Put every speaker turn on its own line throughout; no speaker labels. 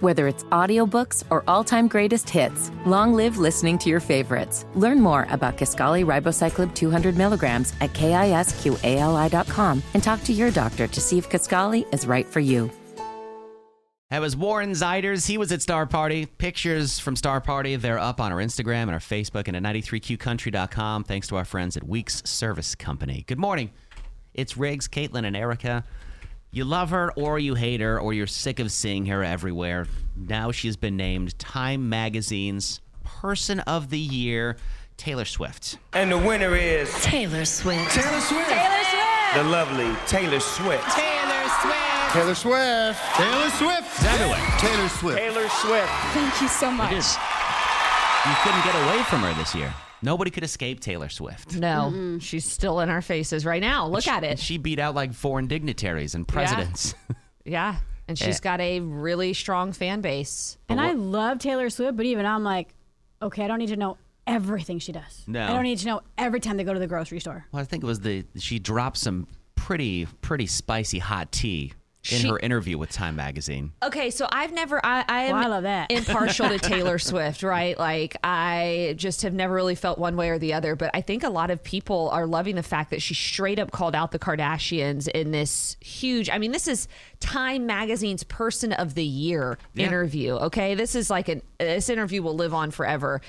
Whether it's audiobooks or all-time greatest hits, long live listening to your favorites. Learn more about Kaskali Ribocyclib 200 milligrams at kisqali.com and talk to your doctor to see if Kaskali is right for you.
That was Warren Ziders. He was at Star Party. Pictures from Star Party, they're up on our Instagram and our Facebook and at 93qcountry.com. Thanks to our friends at Weeks Service Company. Good morning. It's Riggs, Caitlin, and Erica. You love her or you hate her or you're sick of seeing her everywhere. Now she's been named Time Magazine's Person of the Year, Taylor Swift.
And the winner is
Taylor Swift.
Taylor Swift. The lovely Taylor Swift.
Taylor Swift.
Taylor Swift.
Taylor Swift.
Taylor Swift.
Taylor Swift.
Thank you so much.
You couldn't get away from her this year. Nobody could escape Taylor Swift.
No, she's still in our faces right now. Look at it.
She beat out like foreign dignitaries and presidents.
yeah. And she's got a really strong fan base.
And I love Taylor Swift, but even I'm like, okay, I don't need to know everything she does.
No.
I don't need to know every time they go to the grocery store.
Well, I think it was the she dropped some pretty pretty spicy hot tea in her interview with Time Magazine.
Okay, so I've never I I, am
Well, I love that.
impartial to Taylor Swift, right? Like I just have never really felt one way or the other, but I think a lot of people are loving the fact that she straight up called out the Kardashians in this huge I mean, this is Time magazine's person of the year
Yeah.
interview, okay? This is like an this interview will live on forever.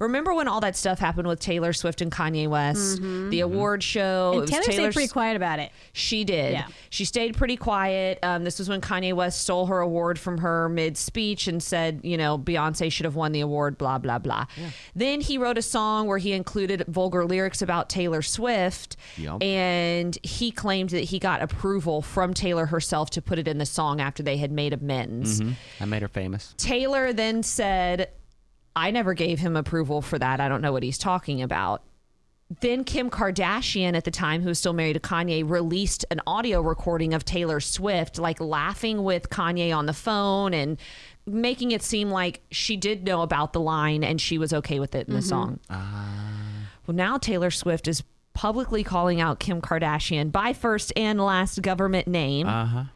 Remember when all that stuff happened with Taylor Swift and Kanye West, the award show? it
Mm-hmm. And
was
Taylor
Taylor
stayed pretty quiet about it.
she did.
Yeah.
She stayed pretty quiet. Um, this was when Kanye West stole her award from her mid speech and said, you know, Beyonce should have won the award, blah, blah, blah. Then he wrote a song where he included vulgar lyrics about Taylor Swift.
Yup.
And he claimed that he got approval from Taylor herself to put it in the song after they had made
Mm-hmm.
amends.
I made her famous.
Taylor then said, I never gave him approval for that. I don't know what he's talking about. Then Kim Kardashian, at the time, who was still married to Kanye, released an audio recording of Taylor Swift, like laughing with Kanye on the phone and making it seem like she did know about the line and she was okay with it in the song. Well, now Taylor Swift is publicly calling out Kim Kardashian by first and last government name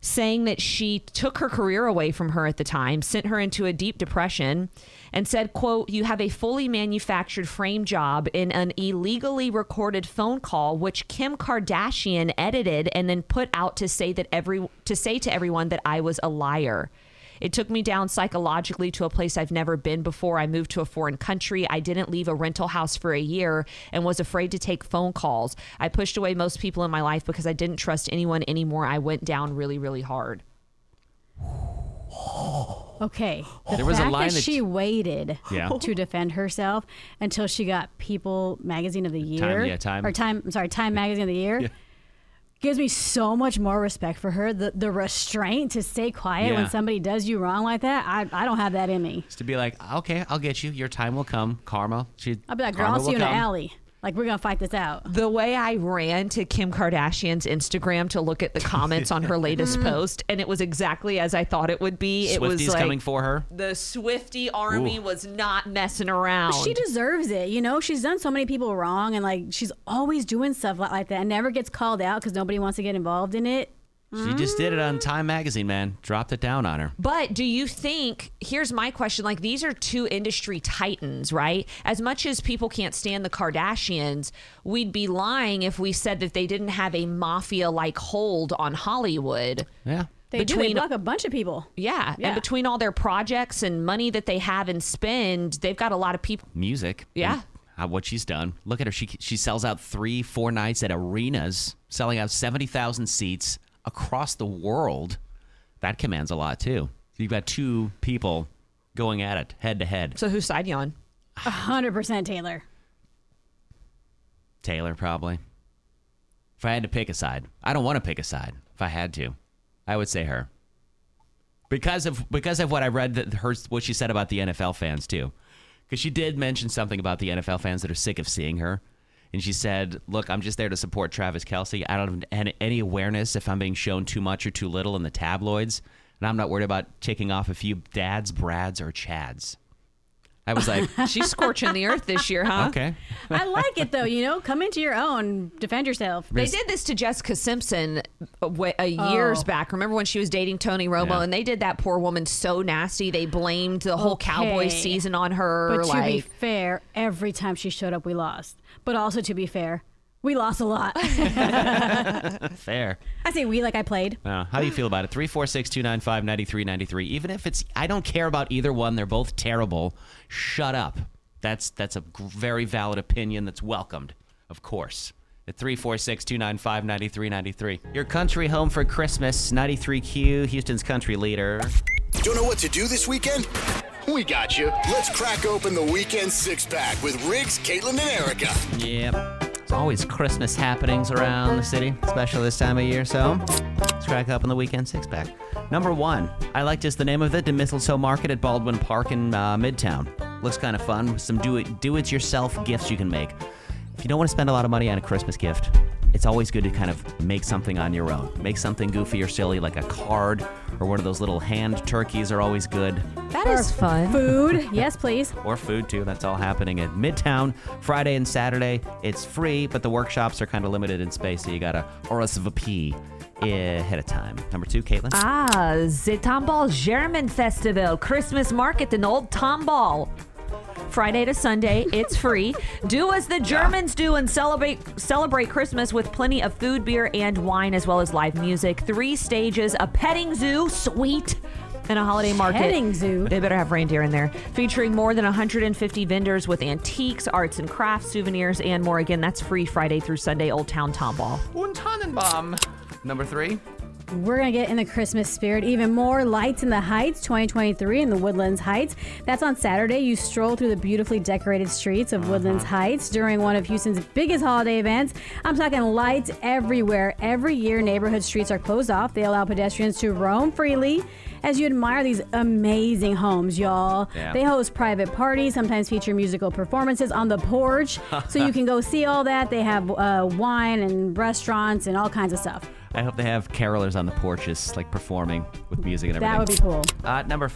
saying that she took her career away from her at the time, sent her into a deep depression, and said, quote, you have a fully manufactured frame job in an illegally recorded phone call which Kim Kardashian edited and then put out to say that every to say to everyone that I was a liar. It took me down psychologically to a place I've never been before. I moved to a foreign country. I didn't leave a rental house for a year and was afraid to take phone calls. I pushed away most people in my life because I didn't trust anyone anymore. I went down really, really hard.
Okay. The
There was a
fact
line
that,
that-
she waited
Yeah.
to defend herself until she got People Magazine of the Year.
yeah, Time.
Or Time, I'm sorry, Time Magazine of the Year.
Yeah.
Gives me so much more respect for her. The, the restraint to stay quiet
Yeah.
when somebody does you wrong like that, I, I don't have that in me.
Just to be like, okay, I'll get you. Your time will come. Karma. She,
I'll be like, girl,
karma
I'll see
will
you in the
come.
alley. Like, we're going to fight this out.
The way I ran to Kim Kardashian's Instagram to look at the comments on her
Mm.
latest post, and it was exactly as I thought it would be. it was
Swifties
like
coming for her.
the Swifty army
Ooh.
was not messing around.
She deserves it. You know, she's done so many people wrong, and like she's always doing stuff li- like that and never gets called out because nobody wants to get involved in it.
She just did it on Time Magazine, man. Dropped it down on her.
But do you think, here's my question like, these are two industry titans, right? As much as people can't stand the Kardashians, we'd be lying if we said that they didn't have a mafia like hold on Hollywood.
Yeah.
They do. They
Between-
block a bunch of people.
Yeah.
Yeah.
And between all their projects and money that they have and spend, they've got a lot of people.
Music.
Yeah.
and How, what she's done. Look at her. She she sells out three, four nights at arenas, selling out seventy thousand seats across the world. That commands a lot too. You've got two people going at it head to head.
So whose side you on?
hundred percent, Taylor.
Taylor, probably. If I had to pick a side, I don't want to pick a side. If I had to, I would say her. Because of because of what I read that her what she said about the NFL fans too, because she did mention something about the NFL fans that are sick of seeing her, and she said, "Look, I'm just there to support Travis Kelsey. I don't have an- any awareness if I'm being shown too much or too little in the tabloids, and I'm not worried about ticking off a few dads, Brads, or Chads." I was like,
She's scorching the earth this year, huh?
okay.
I like it though. You know, come into your own, defend yourself.
They did this to Jessica Simpson a wa- a years
Oh.
back. Remember when she was dating Tony Romo,
Yeah.
and they did that poor woman so nasty. They blamed the whole
Okay.
Cowboys season on her.
But to
like,
be fair, every time she showed up, we lost. But also to be fair, we lost a lot.
Fair.
I say we like I played.
Uh, how do you feel about it? 346 295 9393. Even if it's, I don't care about either one. They're both terrible. Shut up. That's that's a g- very valid opinion that's welcomed, of course. At 346 295 9393. Your country home for Christmas, 93Q, Houston's country leader.
Don't know what to do this weekend? We got you. Let's crack open the weekend six pack with Riggs, Caitlin, and Erica.
Yep. There's always Christmas happenings around the city, especially this time of year. So let's crack up on the weekend six pack. Number one, I liked is the name of it, the Mistletoe Market at Baldwin Park in uh, Midtown. Looks kind of fun with some do it do it yourself gifts you can make. If you don't want to spend a lot of money on a Christmas gift, it's always good to kind of make something on your own. Make something goofy or silly, like a card or one of those little hand turkeys are always good
that is fun.
Food, yes, please.
or food too. That's all happening at Midtown Friday and Saturday. It's free, but the workshops are kind of limited in space, so you gotta RSVP eh, ahead of time. Number two, Caitlin.
Ah, the Tomball German Festival Christmas Market in Old Tomball. Friday to Sunday, it's free. do as the Germans do and celebrate celebrate Christmas with plenty of food, beer, and wine, as well as live music. Three stages, a petting zoo, sweet, and a holiday market.
Petting zoo?
They better have reindeer in there. Featuring more than 150 vendors with antiques, arts and crafts, souvenirs, and more. Again, that's free Friday through Sunday, Old Town Tomball.
Und Tannenbaum. Number three.
We're going to get in the Christmas spirit even more. Lights in the Heights 2023 in the Woodlands Heights. That's on Saturday. You stroll through the beautifully decorated streets of Woodlands
Uh-huh.
Heights during one of Houston's biggest holiday events. I'm talking lights everywhere. Every year, neighborhood streets are closed off. They allow pedestrians to roam freely as you admire these amazing homes, y'all.
Yeah.
They host private parties, sometimes feature musical performances on the porch. so you can go see all that. They have uh, wine and restaurants and all kinds of stuff.
I hope they have carolers on the porches, like performing with music and everything.
That would be cool.
Uh, number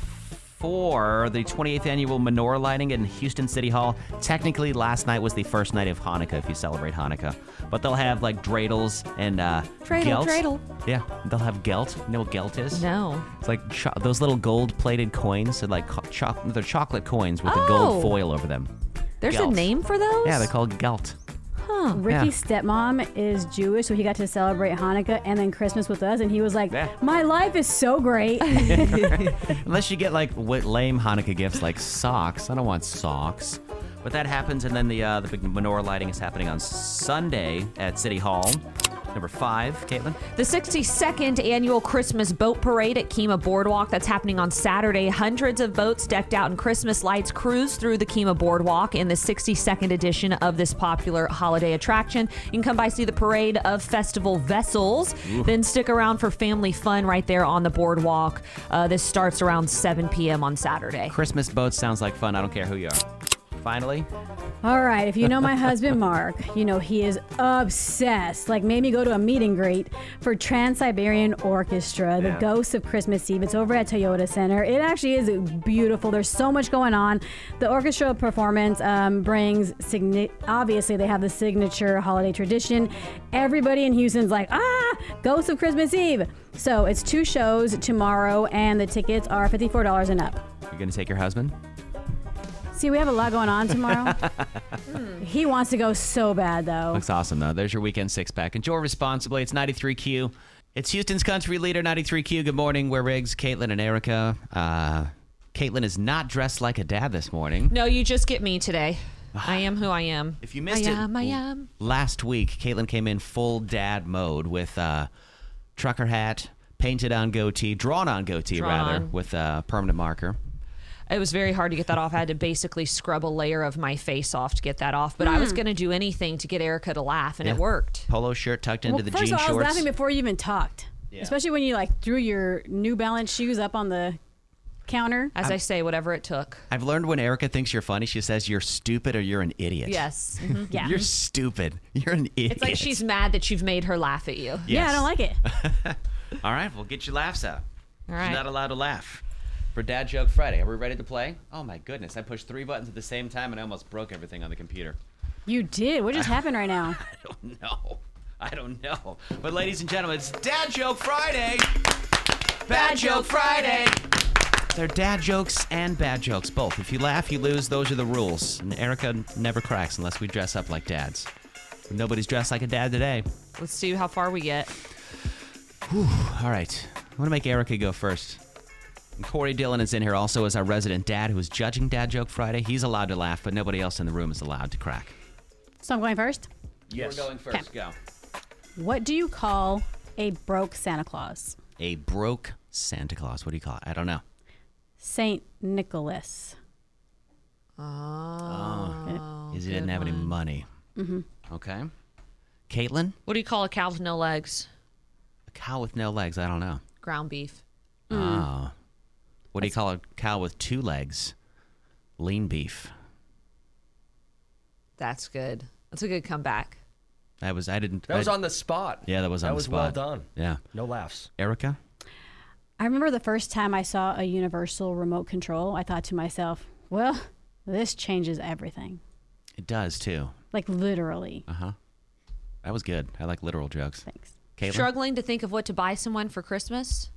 four, the 28th annual menorah lighting in Houston City Hall. Technically, last night was the first night of Hanukkah if you celebrate Hanukkah, but they'll have like dreidels and uh,
Dreidel,
gelt.
dreidel.
Yeah, they'll have gelt. You know what gelt is?
No.
It's like cho- those little gold-plated coins. They're like co- choc they're chocolate coins with a
Oh.
gold foil over them.
There's
Gals.
a name for those?
Yeah, they're called gelt.
Ricky's stepmom is Jewish, so he got to celebrate Hanukkah and then Christmas with us, and he was like,
Yeah.
"My life is so great."
Unless you get like what lame Hanukkah gifts like socks. I don't want socks. But that happens, and then the uh, the big menorah lighting is happening on Sunday at City Hall. Number five, Caitlin.
The 62nd annual Christmas boat parade at Kima Boardwalk that's happening on Saturday. Hundreds of boats decked out in Christmas lights cruise through the Kima Boardwalk in the 62nd edition of this popular holiday attraction. You can come by see the parade of festival vessels, then stick around for family fun right there on the boardwalk. Uh, this starts around 7 p.m. on Saturday.
Christmas boats sounds like fun. I don't care who you are. Finally,
All right, if you know my husband Mark, you know he is obsessed. Like made me go to a meet and greet for Trans Siberian Orchestra, the Ghosts of Christmas Eve. It's over at Toyota Center. It actually is beautiful. There's so much going on. The orchestra performance um, brings signi- obviously they have the signature holiday tradition. Everybody in Houston's like ah, Ghosts of Christmas Eve. So it's two shows tomorrow, and the tickets are fifty-four dollars and up.
you're gonna take your husband.
See, we have a lot going on tomorrow. Hmm. he wants to go so bad, though.
Looks awesome though. There's your weekend six pack. Enjoy responsibly. It's 93Q. It's Houston's country leader, 93Q. Good morning. We're Riggs, Caitlin, and Erica. Uh, Caitlin is not dressed like a dad this morning.
No, you just get me today. I am who I am.
Ah. If you missed
I
it
am, I am.
last week, Caitlin came in full dad mode with uh, trucker hat, painted on goatee, drawn on goatee
Drawn
rather,
on.
with uh, permanent marker.
it was very hard to get that off. I had to basically scrub a layer of my face off to get that off. But I was going to do anything to get Erica to laugh, and it
Mm. Yeah.
worked.
Polo shirt tucked into
Well,
the
first
jean
of all, I was
shorts.
laughing before you even talked, especially when you like threw your New Balance shoes up on the counter.
As i say, whatever it took.
I've learned when Erica thinks you're funny, she says you're stupid or you're an idiot.
Yes. Mm-hmm.
Yeah,
You're stupid. You're an idiot.
It's like she's mad that you've made her laugh at you.
yeah, I don't like it.
All right, we'll get your laughs out.
All right.
You're not allowed to laugh. for Dad Joke Friday. Are we ready to play? Oh my goodness! I pushed three buttons at the same time and I almost broke everything on the computer.
You did. What just happened right now?
No, I don't know. But ladies and gentlemen, it's Dad Joke Friday. Bad, Joke Friday. They're dad jokes and bad jokes both. If you laugh, you lose. Those are the rules. And Erica never cracks unless we dress up like dads. Nobody's dressed like a dad today.
Let's see how far we get.
All right. I'm going to make Erica go first. And Corey Dillon is in here also as our resident dad who is judging Dad Joke Friday. He's allowed to laugh, but nobody else in the room is allowed to crack.
So I'm going first.
Yes. We're going first. Go.
What do you call a broke Santa Claus?
A broke Santa Claus. What do you call it? I don't know.
Saint Nicholas.
Ah.
Is he didn't have any money. Mm-hmm. Okay. Caitlin?
What do you call a cow with no legs?
A cow with no legs. I don't know.
Ground beef. Mm. Ah.
Oh. What do you call a cow with two legs? Lean beef.
That's good. That's a good comeback.
That was, I didn't.
That was
I-
on the spot.
Yeah, that was on
that
the
was
spot.
well done.
Yeah.
No laughs.
Erica?
I remember the first time I saw a universal remote control, I thought to myself, well, this changes everything.
It does too.
Like literally.
Uh-huh. That was good. I like literal jokes.
Thanks.
Caitlin?
Struggling to think of what to buy someone for Christmas?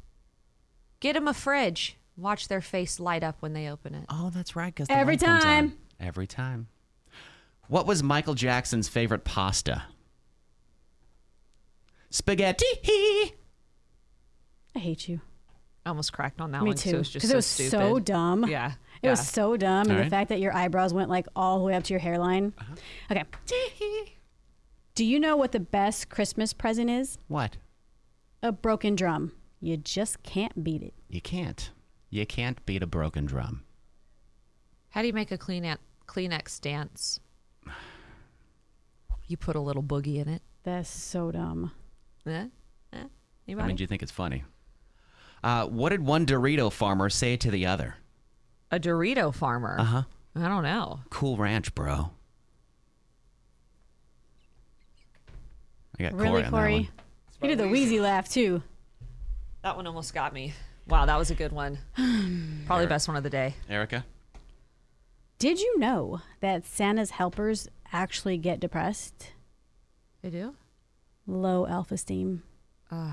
Get them a fridge. Watch their face light up when they open it.
Oh, that's right. Cause
Every
light comes on.
time.
Every time. What was Michael Jackson's favorite pasta? Spaghetti.
I hate you.
I almost cracked on that
Me
one
too.
It was just
Because
so
it was
stupid.
so dumb.
Yeah.
It was
Yeah.
so dumb. And
All right.
the fact that your eyebrows went like all the way up to your hairline.
Uh-huh.
Okay. Do you know what the best Christmas present is?
What?
A broken drum. You just can't beat it.
You can't. You can't beat a broken drum.
How do you make a Kleenex, Kleenex dance? You put a little boogie in it.
That's so dumb.
Eh? Eh? Anybody?
I mean, do you think it's funny? Uh, what did one Dorito farmer say to the other?
a Dorito farmer. Uh
Uh-huh.
huh. I don't know.
Cool ranch, bro. I got
Really,
Corey. on that
Corey?
one.
You did the wheezy laugh too.
That one almost got me. Wow, that was a good one. Probably best one of the day.
Erica?
Did you know that Santa's helpers actually get depressed?
They do?
Low self esteem.
Low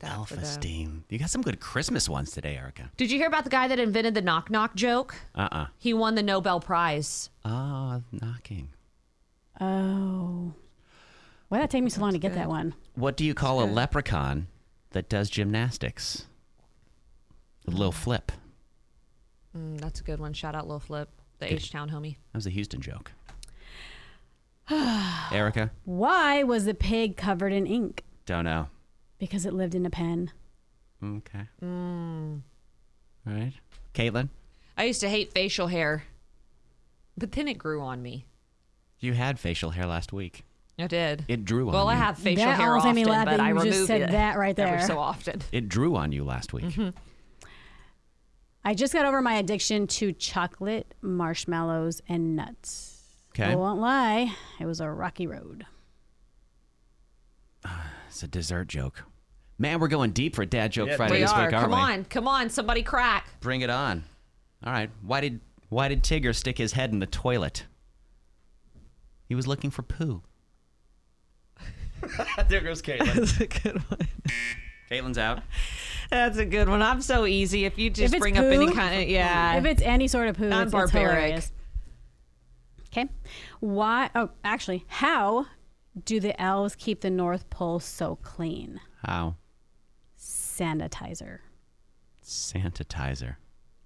that for
alpha
them.
steam. You got some good Christmas ones today, Erica.
Did you hear about the guy that invented the knock knock joke?
Uh uh
He won the Nobel Prize.
Ah, knocking.
Oh. Why'd that take me so long to get that one?
What do you call a leprechaun that does gymnastics? A little flip. That
Mm, that's a good one. Shout out Lil Flip, the H Town homie.
was a Houston joke. Erica?
Why was the pig covered in ink?
Don't know.
Because it lived in a pen.
Okay.
Mm.
All right. Caitlin?
I used to hate facial hair, but then it grew on me.
You had facial hair last week.
I did.
It drew on
well, I
you.
have facial
That
hair
almost
often,
made me laugh
but
that
I
you just
remove
said
it
that right
every
there.
so often. Mm-hmm.
It drew on you last week.
I just got over my addiction to chocolate, marshmallows, and nuts.
Okay.
I won't lie, it was a rocky road.
It's a dessert joke. Man, we're going deep for Dad Joke Friday
We
this
are.
week,
Come
aren't we?
on, come on, somebody crack.
Bring it on. All right. Why did why did Tigger stick his head in the toilet? He was looking for poo.
there goes Caitlin.
That's a good one.
Caitlin's out.
That's a good one. I'm so easy. If you just
it's
bring up any
poo,
kind of yeah,
If it's any sort of poo,
I'm
it's, it's
barbaric.
hilarious. Okay. Why? Oh, actually, how do the elves keep the North Pole so clean?
How?
Sanitizer.
Sanitizer.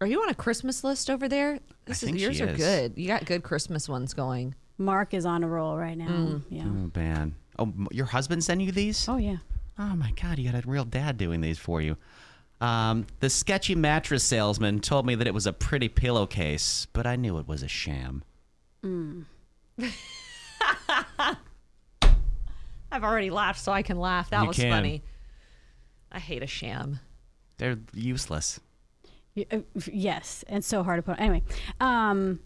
Are you on a Christmas list over there? This
think
is yours
she
are
is.
good. You got good Christmas ones going.
Mark is on a roll right now.
Mm.
Yeah.
Oh man. Oh, m- your husband sent you these?
Oh yeah.
Oh my God, you got a real dad doing these for you. Um, the sketchy mattress salesman told me that it was a pretty pillowcase, but I knew it was a sham.
I've already laughed, so I can laugh. That
You
was
can.
funny. I hate a sham.
They're useless.
Y- uh, f- Yes, and so hard to put. Anyway, um,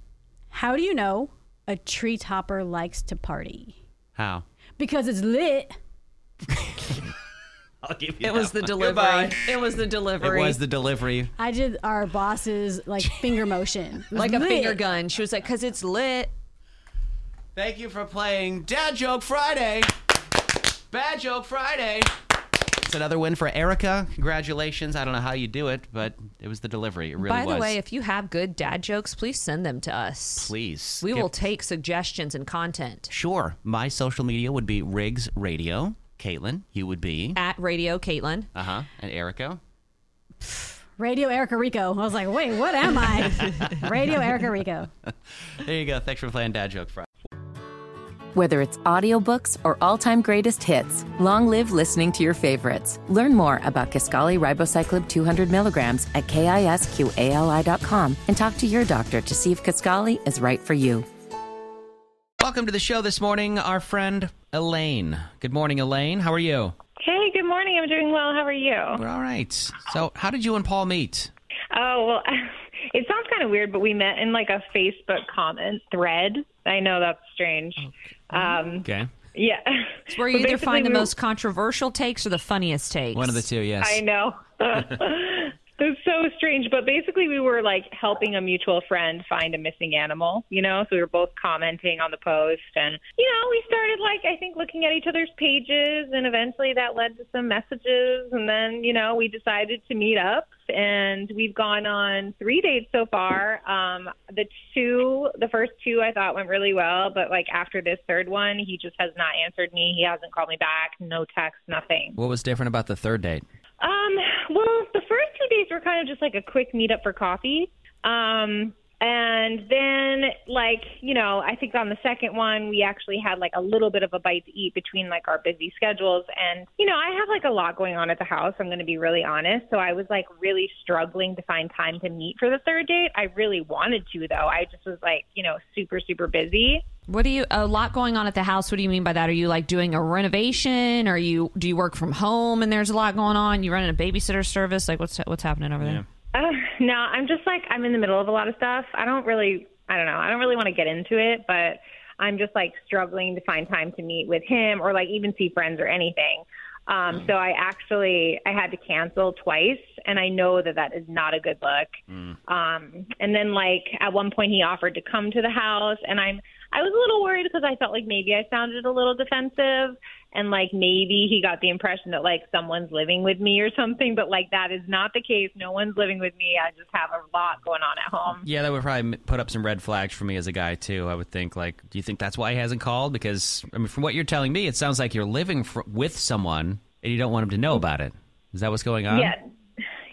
how do you know a tree topper likes to party?
How?
Because it's lit.
I'll give you
It was
that
the
one.
delivery.
Goodbye.
It was the delivery.
It was the delivery.
I did our boss's like finger motion, It was
like a
lit.
finger gun. She was like, "Cause it's lit."
Thank you for playing Dad Joke Friday. Bad Joke Friday. It's another win for Erica. Congratulations. I don't know how you do it, but it was the delivery. It really
By
was.
the way, if you have good dad jokes, please send them to us.
Please.
We
give-
will take suggestions and content
Sure. My social media would be Riggs Radio. Caitlin, you would be.
at Radio Caitlin.
Uh huh. And Erica.
Radio Erica Rico. I was like, wait, what am I? Radio Erica Rico.
There you go. Thanks for playing Dad Joke Friday.
Whether it's audiobooks or all-time greatest hits, long live listening to your favorites. Learn more about Kaskali Ribocyclib 200 milligrams at kisqali.com and talk to your doctor to see if Kaskali is right for you.
Welcome to the show this morning, our friend Elaine. Good morning, Elaine. How are you?
Hey, good morning. I'm doing well. How are you?
We're all right. So, how did you and Paul meet?
Oh, well, it sounds kind of weird, but we met in like a Facebook comment thread. I know that's strange. Um,
Oh, Okay.
yeah.
It's where you
But
either
basically
find the
we-
most controversial takes or the funniest takes.
One of the two, yes.
I know. That's so strange. But basically, we were like helping a mutual friend find a missing animal, you know? So we were both commenting on the post. And, you know, we started like, I think, looking at each other's pages. And eventually that led to some messages. And then, you know, we decided to meet up. And we've gone on three dates so far. Um, the two, the first two I thought went really well. But like after this third one, he just has not answered me. He hasn't called me back, no text, nothing.
What was different about the third date?
Um, well, the first two days were kind of just like a quick meetup for coffee. Um, and then like, you know, I think on the second one, we actually had like a little bit of a bite to eat between like our busy schedules. And, you know, I have like a lot going on at the house. I'm going to be really honest. So I was like really struggling to find time to meet for the third date. I really wanted to though. I just was like, you know, super, super busy.
What do you a lot going on at the house? What do you mean by that? Are you like doing a renovation? Are you do you work from home and there's a lot going on? You running a babysitter service? Like what's what's happening over there?
Uh, no, I'm just like I'm in the middle of a lot of stuff. I don't really, I don't know, I don't really want to get into it, but I'm just like struggling to find time to meet with him or like even see friends or anything. Um, so I actually I had to cancel twice, and I know that that is not a good look.
Mm.
Um, and then like at one point he offered to come to the house, and I'm I was a little worried because I felt like maybe I sounded a little defensive, and like maybe he got the impression that like someone's living with me or something, but like that is not the case. No one's living with me. I just have a lot going on at home.
Yeah, that would probably m- put up some red flags for me as a guy too. I would think like, do you think that's why he hasn't called? Because I mean, from what you're telling me, it sounds like you're living fr- with someone and you don't want him to know about it. Is that what's going on?
Yeah.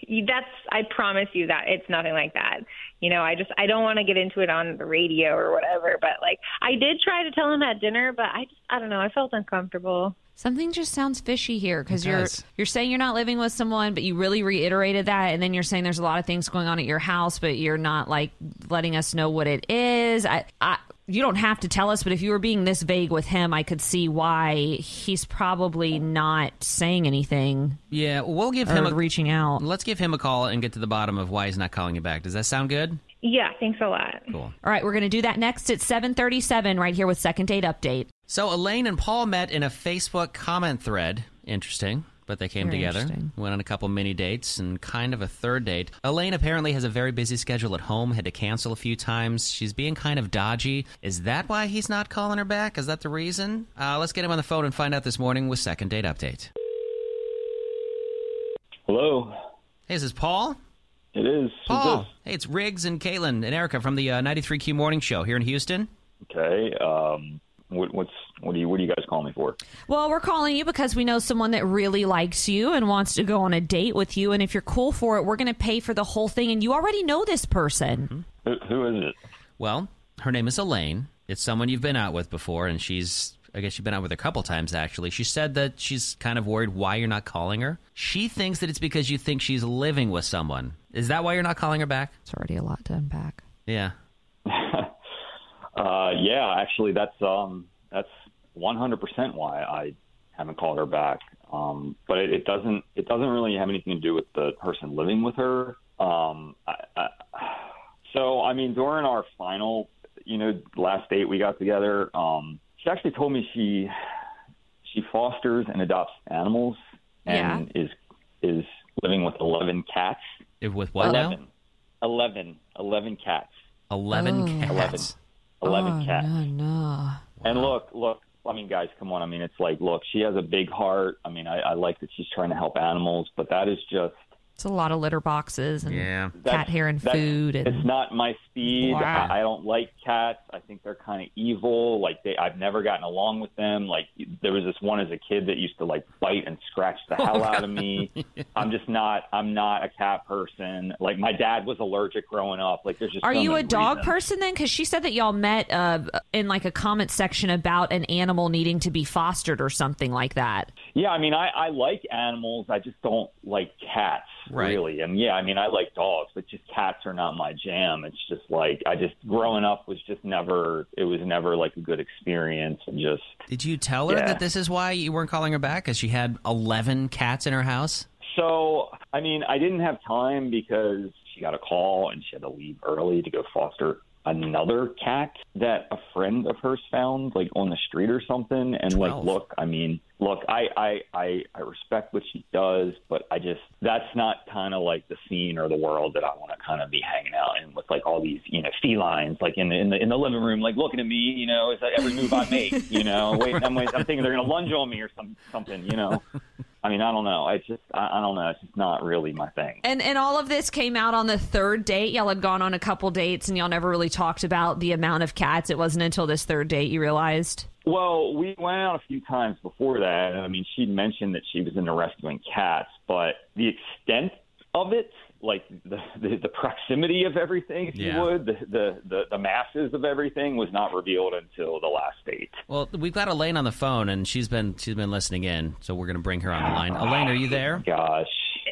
You- That's I promise you that it's nothing like that. You know, I just I don't want to get into it on the radio or whatever, but like I did try to tell him at dinner, but I just I don't know, I felt uncomfortable.
Something just sounds fishy here because
It
you're
does.
you're saying you're not living with someone, but you really reiterated that, and then you're saying there's a lot of things going on at your house, but you're not like letting us know what it is. I, I you don't have to tell us, but if you were being this vague with him, I could see why he's probably not saying anything
Yeah, we'll give
or
him a
reaching out.
Let's give him a call and get to the bottom of why he's not calling you back. Does that sound good?
Yeah, thanks a lot.
Cool.
All right, we're going to do that next at 7:37 right here with second date update.
So Elaine and Paul met in a Facebook comment thread. Interesting, but they came
Very
together.
interesting.
Went on a couple mini dates and kind of a third date. Elaine apparently has a very busy schedule at home, had to cancel a few times. She's being kind of dodgy. Is that why he's not calling her back? Is that the reason? Uh, let's get him on the phone and find out this morning with Second Date Update.
Hello.
Hey, is this Paul?
It is. Who's
Paul. Hey, it's Riggs and Caitlin and Erica from the uh, 93Q Morning Show here in Houston.
this? Okay. Um, what, what's what do you what do you guys call me for?
Well, we're calling you because we know someone that really likes you and wants to go on a date with you. And if you're cool for it, we're going to pay for the whole thing. And you already know this person.
Who, who is it?
Well, her name is Elaine. It's someone you've been out with before, and she's, I guess you've been out with her a couple times, actually. She said that she's kind of worried why you're not calling her. She thinks that it's because you think she's living with someone. Is that why you're not calling her back?
It's already a lot to unpack.
Yeah.
Uh, yeah, actually, that's um, that's 100% why I haven't called her back. Um, but it, it doesn't it doesn't really have anything to do with the person living with her. Um, I, I, so I mean, during our final, you know, last date we got together, um, she actually told me she she fosters and adopts animals, and is is living with eleven cats.
With what now?
11. 11. 11 cats.
11
Oh.
cats.
11, 11
oh,
cats.
No, no.
And look, look, I mean, guys, come on. I mean, it's like, look, she has a big heart. I mean, I, I like that she's trying to help animals, but that is just
It's a lot of litter boxes and
yeah.
cat hair and food. And
it's not my speed.
Wow.
I, I don't like cats. I think they're kind of evil. Like they, I've never gotten along with them. Like there was this one as a kid that used to like bite and scratch the
Oh,
hell out
God.
of me. I'm just not. I'm not a cat person. Like my dad was allergic growing up. Like there's just.
Are
so
you a
many
dog
reasons.
person then? Because she said that y'all met uh, in like a comment section about an animal needing to be fostered or something like that.
Yeah, I mean, I, I like animals. I just don't like cats, really. And yeah, I mean, I like dogs, but just cats are not my jam. It's just like I just growing up was just never. It was never like a good experience, and just
Did you tell her
Yeah.
that this is why you weren't calling her back? Because she had 11 cats in her house?
So, I mean, I didn't have time because she got a call and she had to leave early to go foster another cat that a friend of hers found like on the street or something and like
Twelve.
look i mean look I, I i i respect what she does but i just that's not kind of like the scene or the world that i want to kind of be hanging out in with like all these you know felines like in the in the in the living room like looking at me you know it's like every move i make you know wait i'm wait, i'm thinking they're gonna lunge on me or some something you know I mean, I don't know. I just, I, I don't know. It's just not really my thing.
And and all of this came out on the third date. Y'all had gone on a couple dates and y'all never really talked about the amount of cats. It wasn't until this third date you realized.
Well, we went out a few times before that. And I mean, she'd mentioned that she was into rescuing cats, but the extent of it, like the the, the proximity of everything, if
Yeah.
you would, the, the the the masses of everything was not revealed until the last date.
Well, we've got Elaine on the phone, and she's been she's been listening in, so we're gonna bring her on the line. Elaine, are you there?
Gosh,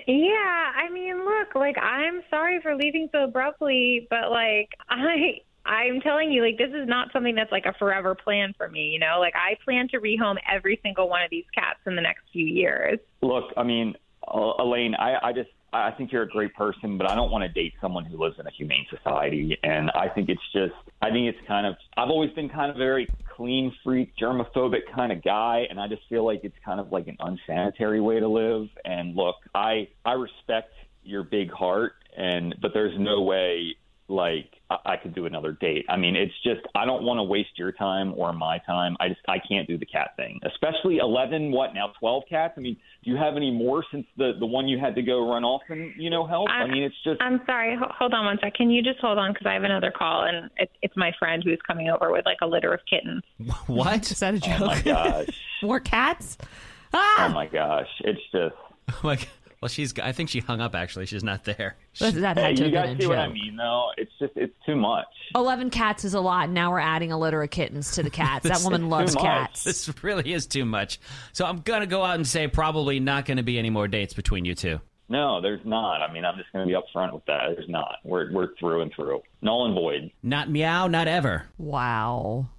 Yeah, I mean, look, like I'm sorry for leaving so abruptly, but like I I'm telling you, like this is not something that's like a forever plan for me, you know? Like I plan to rehome every single one of these cats in the next few years.
Look, I mean, uh, Elaine, I, I just I think you're a great person, but I don't want to date someone who lives in a humane society. And I think it's just I think it's kind of I've always been kind of a very clean freak, germophobic kind of guy, and I just feel like it's kind of like an unsanitary way to live. And look, I I respect your big heart, and but there's no way like I, I could do another date. I mean, it's just I don't want to waste your time or my time. I just I can't do the cat thing, especially eleven. What now? Twelve cats? I mean, do you have any more since the the one you had to go run off and you know help? I, mean, it's just
I'm sorry. Ho- hold on one sec. Can you just hold on cuz I have another call and it, it's my friend who's coming over with like a litter of kittens.
What?
Is that a joke?
oh my gosh,
More cats?
oh my gosh, it's just.
like, well, she's I think she hung up. Actually, she's not there.
That
Hey,
had to have
you guys
been a
see what I
joke.
mean, though? It's just it's too much.
11 cats is a lot. And now we're adding a litter of kittens to the cats.
This
That
is
woman
too
loves
much.
cats.
This really is too much. So I'm gonna go out and say probably not gonna be any more dates between you two.
No, there's not. I mean, I'm just going to be upfront with that. There's not. We're we're through and through, null and void.
Not meow, not ever.
Wow.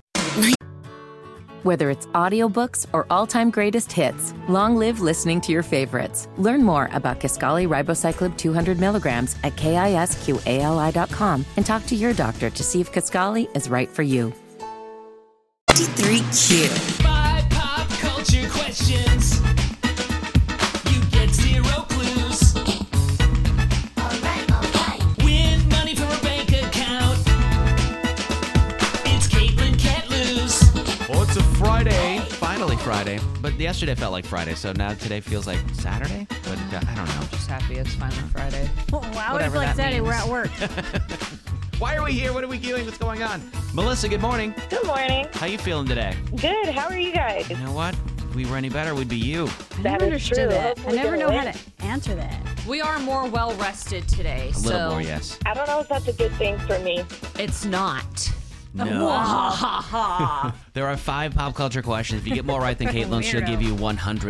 Whether it's audiobooks or all-time greatest hits, long live listening to your favorites. Learn more about Kaskali Ribocyclib 200 milligrams at kisqali.com and talk to your doctor to see if Kaskali is right for you. D3Q.
Five pop culture questions. You get zero clues. Win money from a bank account. It's Caitlin can't lose.
Well, it's a Friday. Finally Friday. But yesterday felt like Friday, so now today feels like Saturday. But uh, I don't know.
Just happy it's finally Friday.
Well, wow, it's
Whatever that
like Saturday. We're at
means.
work.
Why are we here? What are we doing? What's going on? Melissa, good morning.
Good morning.
How you feeling today?
Good. How are you guys?
You know what? If we were any better, we'd be you.
I
That
never
is
understood
true.
that. I
Hopefully
never
get
know how
away.
to answer that.
We are more well rested today.
A little
so
more, yes.
I don't know if that's a good thing for me.
It's not.
No.
Wah, ha, ha.
There are five pop culture questions. If you get more right than Caitlin, she'll
Weirdo.
give you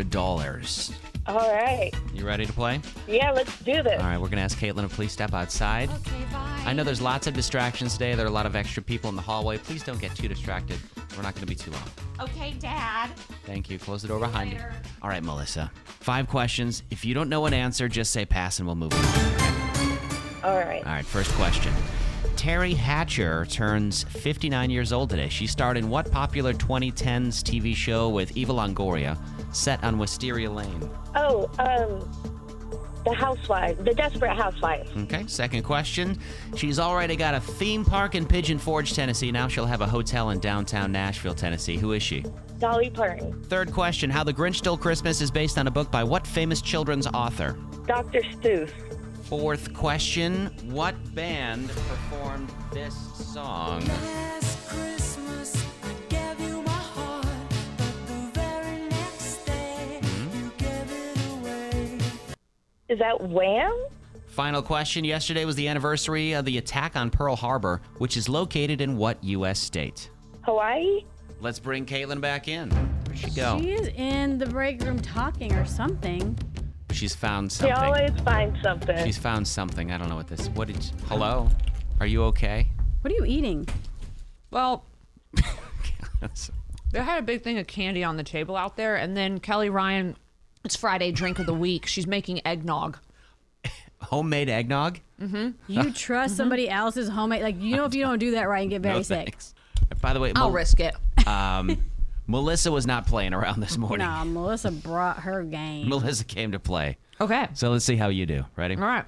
$100.
All right.
You ready to play?
Yeah, let's do this.
All right, we're going to ask Caitlin to please step outside. Okay, bye. I know there's lots of distractions today. There are a lot of extra people in the hallway. Please don't get too distracted. We're not going to be too long.
okay, Dad.
Thank you. Close the door behind you. All right, Melissa. Five questions. If you don't know an answer, just say pass and we'll move on.
All right.
All right, first question. Terry Hatcher turns 59 years old today. She starred in what popular 2010s TV show with Eva Longoria set on Wisteria Lane?
Oh, um, the housewife, the desperate housewife.
Okay, second question. She's already got a theme park in Pigeon Forge, Tennessee. Now she'll have a hotel in downtown Nashville, Tennessee. Who is she?
Dolly Parton,
Third question How the Grinch Stole Christmas is based on a book by what famous children's author?
Dr. Seuss,
Fourth question What band performed this song?
Is that Wham?
Final question Yesterday was the anniversary of the attack on Pearl Harbor, which is located in what U.S. state?
Hawaii.
Let's bring Caitlin back in. Where'd she go?
She is in the break room talking or something.
She's found
They
something.
always find something.
She's found something. I don't know what this. What did? Hello? Are you okay?
What are you eating?
Well, They had a big thing of candy on the table out there, and then Kelly Ryan, it's Friday drink of the week. She's making eggnog.
Homemade eggnog?
Mm-hmm.
You trust somebody else's homemade. Like, you know, if you don't do that right, you get very
No,
sick.
thanks. By the way,
I'll risk
it.
um, Melissa was not playing around this morning.
Nah, Melissa brought her game.
Melissa came to play.
Okay.
So let's see how you do. Ready? All
right.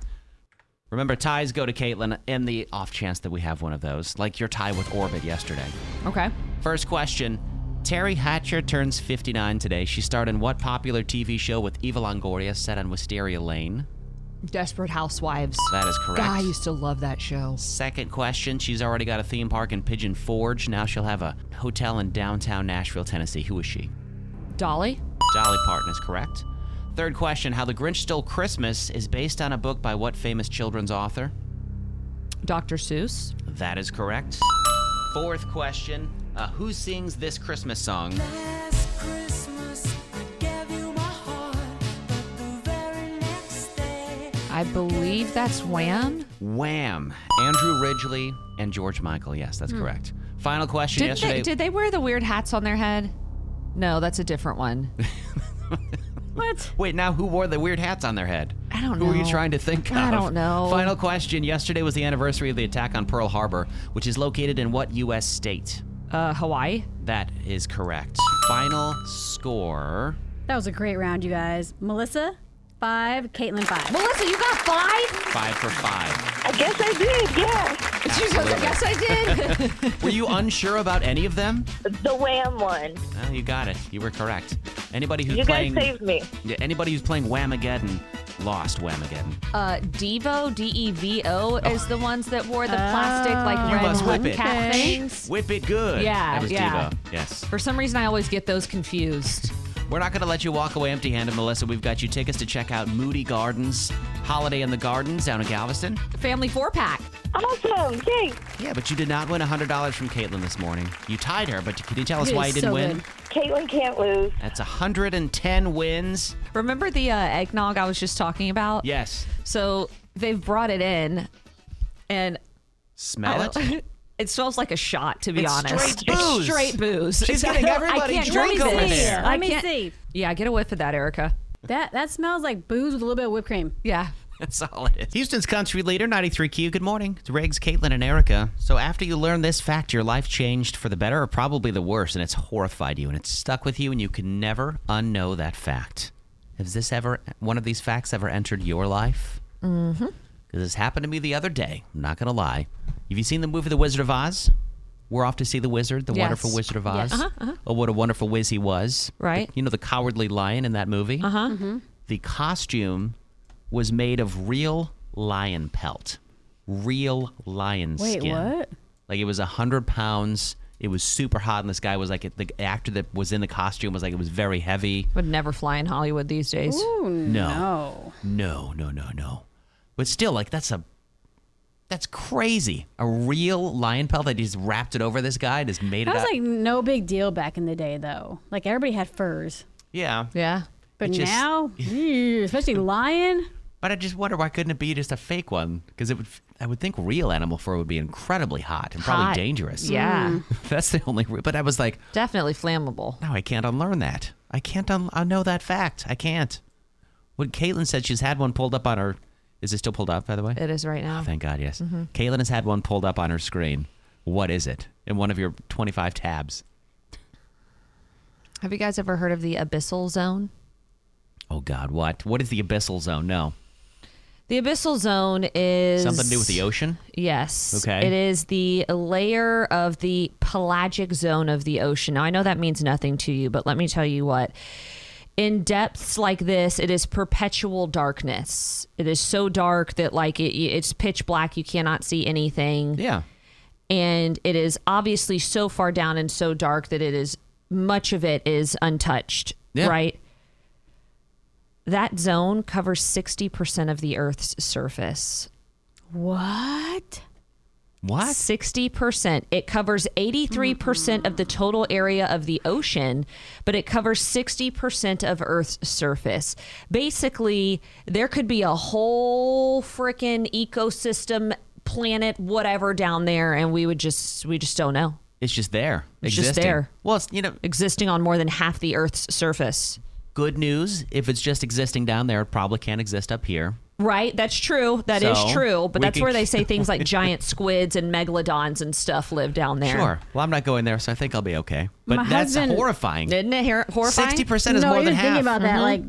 Remember, ties go to Caitlin in the off chance that we have one of those, like your tie with Orbit yesterday.
Okay.
First question Terry Hatcher turns 59 today. She starred in what popular TV show with Eva Longoria set on Wisteria Lane?
Desperate Housewives.
That is correct.
God, I used to love that show.
Second question She's already got a theme park in Pigeon Forge. Now she'll have a hotel in downtown Nashville, Tennessee. Who is she?
Dolly?
Dolly Parton is correct. Third question How the Grinch Stole Christmas is based on a book by what famous children's author?
Dr. Seuss?
That is correct. Fourth question uh, Who sings this Christmas song?
I believe that's Wham.
Wham! Andrew Ridgely and George Michael. Yes, that's
Hmm.
correct. Final question
Did
yesterday.
they, did they wear the weird hats on their head? No, that's a different one.
what?
Wait, now who wore the weird hats on their head?
I don't
Who are you
know.
trying to think of?
I don't know.
Final question. Yesterday was the anniversary of the attack on Pearl Harbor, which is located in what U.S. state?
Uh, Hawaii.
That is correct. Final score.
That was a great round, you guys. Melissa, five. Caitlin, five.
Melissa, you got five?
Five for five.
I guess I did, yeah.
She says, I guess I did.
Were you unsure about any of them?
The Wham one.
Oh, you got it. You were correct. Anybody who's
You guys
playing
saved me.
Yeah, anybody who's playing Whamageddon lost Whamageddon.
Uh, Devo, D E V O, is the ones that wore the plastic like
Oh. you
red
must whip
hood
it.
cat things.
Whip it good.
Oh, Yeah,
That was
yeah.
Devo. Yes.
For some reason, I always get those confused.
We're not going to let you walk away empty handed, Melissa. We've got you tickets to check out Moody Gardens, Holiday in the Gardens down in Galveston.
Family four pack.
Awesome! Yay!
Yeah, but you did not win $100 from Caitlin this morning. You tied her, but can you tell us why you didn't win?
Caitlin can't lose.
That's 110 wins.
Remember the uh, eggnog I was just talking about?
Yes.
So they've brought it in, and
Smell
I
it?
don't- It smells like a shot, to be
It's
honest.
straight booze.
It's straight booze.
She's
It's-
getting
I
everybody
can't
drunk
believe
over
it.
there.
I
Let me
can't-
see.
Yeah, get a whiff of that, Erica.
That that smells like booze with a little bit of whipped cream.
Yeah.
That's all it is. Houston's country leader, 93Q. Good morning. It's Riggs, Caitlin, and Erica. So, after you learned this fact, your life changed for the better or probably the worse, and it's horrified you, and it's stuck with you, and you can never unknow that fact. Has this ever, one of these facts ever entered your life?
Mm-hmm.
Because this happened to me the other day. I'm not going to lie. Have you seen the movie The Wizard of Oz? We're off to see the wizard, the
Yes.
wonderful Wizard of Oz.
Yes. Uh-huh, uh-huh.
Oh, what a wonderful whiz he was.
Right.
The- you know, the cowardly lion in that movie?
Uh-huh.
Mm-hmm.
Mhm.
The costume was made of real lion pelt, real lion
Wait,
skin.
what?
Like it was a 100 pounds. It was super hot, and this guy was like, the actor that was in the costume was like, it was very heavy.
Would never fly in Hollywood these days.
No. No, no, no, no. But still, like that's a that's crazy. A real lion pelt that he's wrapped it over this guy and has made
That
it
was
up.
like no big deal back in the day, though. Like everybody had furs,
yeah.
Yeah.
but
It just-
now, ew, especially lion.
But I just wonder why couldn't it be just a fake one? Because it would I would think real animal fur would be incredibly hot and probably
Hot.
dangerous.
Yeah. Mm.
that's the only re- but I was like,
Definitely flammable.
no, I can't unlearn that. I can't un- unknow that fact. I can't. When Caitlin said she's had one pulled up on her is it still pulled up by the way? Oh,
It is right now.
Thank God, yes.
Mhm.
Caitlin has had one pulled up on her screen. What is it? In one of your 25 tabs.
Have you guys ever heard of the abyssal zone?
Oh God, what? What is the abyssal zone? No,
The abyssal zone is
something to do with the ocean.
Yes.
Okay.
It is the layer of the pelagic zone of the ocean. Now, I know that means nothing to you, but let me tell you what. In depths like this, it is perpetual darkness. It is so dark that, like, it, it's pitch black. You cannot see anything.
Yeah.
And it is obviously so far down and so dark that it is much of it is untouched,
Yeah.
right? That zone covers 60% of the Earth's surface.
What?
What?
60%. It covers 83% percent of the total area of the ocean, but it covers 60% of Earth's surface. Basically, there could be a whole freaking ecosystem, planet, whatever down there and we would just we just don't know.
It's just there.
It's just
existing.
there.
Well, it's, you know,
existing on more than half the Earth's surface.
Good news. If it's just existing down there, it probably can't exist up here.
Right, that's true. That is
So,
true. But
we
that's
can-
where they say things like giant squids and megalodons and stuff live down there.
Sure. Well, I'm not going there, so I think I'll be okay. But
My
that's
husband-
horrifying.
Isn't it hor- horrifying? Mm-hmm.
60% is
no,
more
you're
than
thinking
half.
about that.
Mhm.
Like,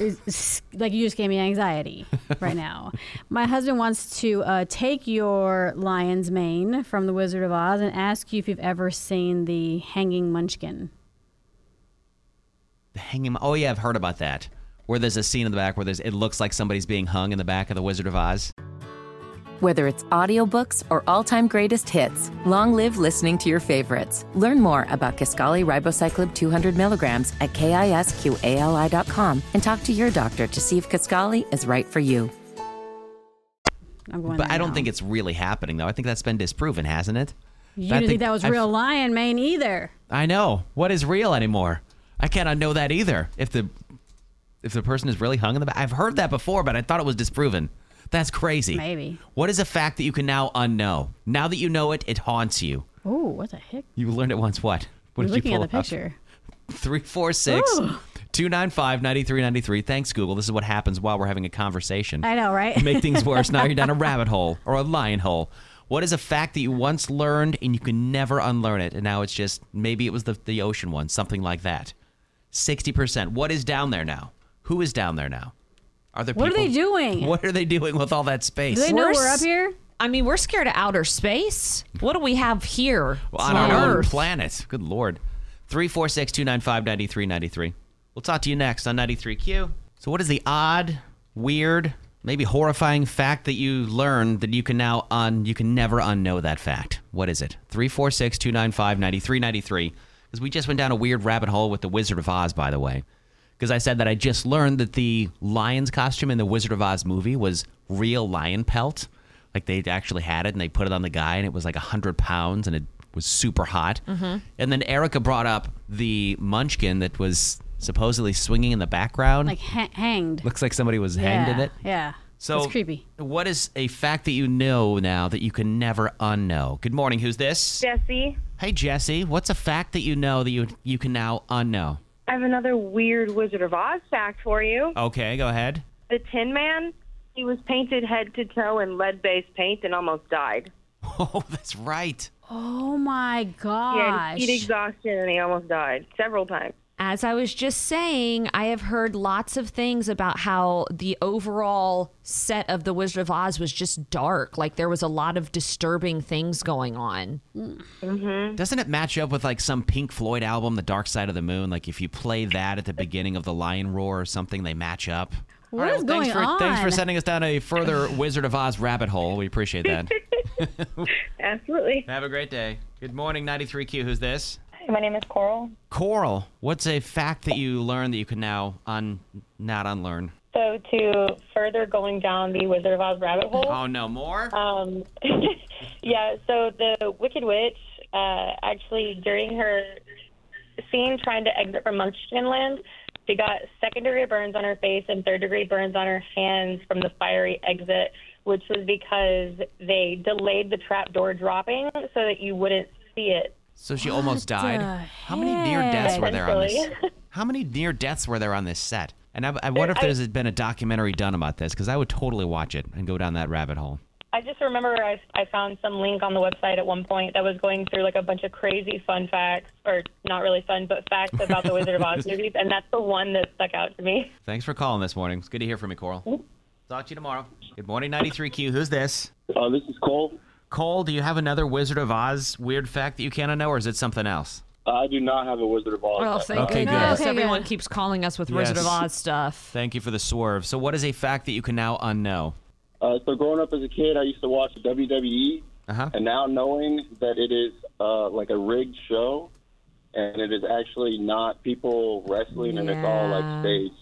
is- like you just gave me anxiety right now. My husband wants to uh, take your lion's mane from the Wizard of Oz and ask you if you've ever seen the Hanging Munchkin.
Hanging. Oh yeah, I've heard about that. Where there's a scene in the back where there's it looks like somebody's being hung in the back of the Wizard of Oz.
Whether it's audiobooks or all-time greatest hits, long live listening to your favorites. Learn more about Kaskali Ribocyclib 200 milligrams at kisqali.com and talk to your doctor to see if Kaskali is right for you.
I'm going
But I don't think it's really happening though. I think that's been disproven, hasn't it?
You
I
didn't think that was
I've-
real lion mane either.
I know. What is real anymore? I cannot know that either. If the if the person is really hung in the back, I've heard that before, but I thought it was disproven. That's crazy.
Maybe.
What is a fact that you can now unknow? Now that you know it, it haunts you.
Oh, what the heck?
You learned it once. What? What
You're
did
looking
you pull
at the
up?
picture.
346
Ooh.
295 9393. Thanks, Google. This is what happens while we're having a conversation.
I know, right?
Make things worse. now you're down a rabbit hole or a lion hole. What is a fact that you once learned and you can never unlearn it? And now it's just maybe it was the, the ocean one, something like that. 60%. What is down there now? Who is down there now? Are there
What are
people,
they doing?
What are they doing with all that space?
here?
I mean, we're scared of outer space. What do we have here?
Well, on
It's
our own
Earth.
planet. Good lord. 346 295 9393. We'll talk to you next on 93Q. So, what is the odd, weird, maybe horrifying fact that you learned that you can now un you can never unknow that fact? What is it? 346 295 9393. Because we just went down a weird rabbit hole with the Wizard of Oz, by the way. Because I said that I just learned that the lion's costume in the Wizard of Oz movie was real lion pelt. Like they actually had it and they put it on the guy and it was like 100 pounds and it was super hot.
Mhm.
And then Erica brought up the munchkin that was supposedly swinging in the background.
Like ha- hanged.
Looks like somebody was hanged in
Yeah,
it.
Yeah.
So
it's creepy.
What is a fact that you know now that you can never unknow? Good morning. Who's this?
Jesse,
Hey Jesse, what's a fact that you know that you you can now unknow?
I have another weird Wizard of Oz fact for you.
Okay, go ahead.
The Tin Man, he was painted head to toe in lead based paint and almost died.
Oh, that's right.
Oh my gosh.
Yeah, heat exhaustion and he almost died several times.
As I was just saying, I have heard lots of things about how the overall set of The Wizard of Oz was just dark. Like there was a lot of disturbing things going on. Mm-hmm.
Doesn't it match up with like some Pink Floyd album, The Dark Side of the Moon? Like if you play that at the beginning of The Lion Roar or something, they match up.
What
All right,
is
well, thanks
going
for, Thanks for
on?
sending us down a further Wizard of Oz rabbit hole. We appreciate that.
Absolutely.
Have a great day. Good morning, 93Q. Who's this?
My name is Coral.
Coral, what's a fact that you learned that you can now un not unlearn?
So to further going down the Wizard of Oz rabbit hole.
Oh no, more?
Um, yeah. So the Wicked Witch, uh, actually during her scene trying to exit from Munchkinland, she got second-degree burns on her face and third-degree burns on her hands from the fiery exit, which was because they delayed the trapdoor dropping so that you wouldn't see it.
So she almost died.
the
How many near deaths were there on this?
Essentially.
How many near deaths were there on this set? And I, I wonder if there's been a documentary done about this because I would totally watch it and go down that rabbit hole.
I just remember I, I found some link on the website at one point that was going through like a bunch of crazy fun facts, or not really fun, but facts about the Wizard of Oz movies, and that's the one that stuck out to me.
Thanks for calling this morning. It's good to hear from you, Coral. Talk to you tomorrow. Good morning, 93Q. Who's this?
Uh, this is Cole.
Cole, do you have another Wizard of Oz weird fact that you kind of know, or is it something else?
I do not have a Wizard of Oz.
Well, thank
Okay,
goodness
good.
everyone keeps calling us with Wizard of
Yes.
Oz stuff.
Thank you for the swerve. So, what is a fact that you can now unknow?
Uh, so growing up as a kid, I used to watch WWE,
Uh-huh.
and now knowing that it is uh, like a rigged show, and it is actually not people wrestling, and it's all
Yeah.
like staged.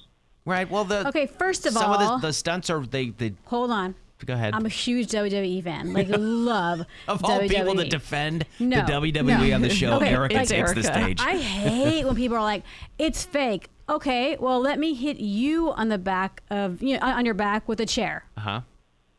Right. Well, the
okay. First of
Some
all,
of the, the stunts are they. they
hold on.
go ahead.
I'm a huge WWE fan. Like love
of all
WWE.
people that defend
E. No,
the WWE
no.
on the show,
Okay,
Erica
like-
takes the stage.
I hate when people are like, "It's fake." Okay, well, let me hit you on the back of you know, on on your back with a chair.
Uh huh.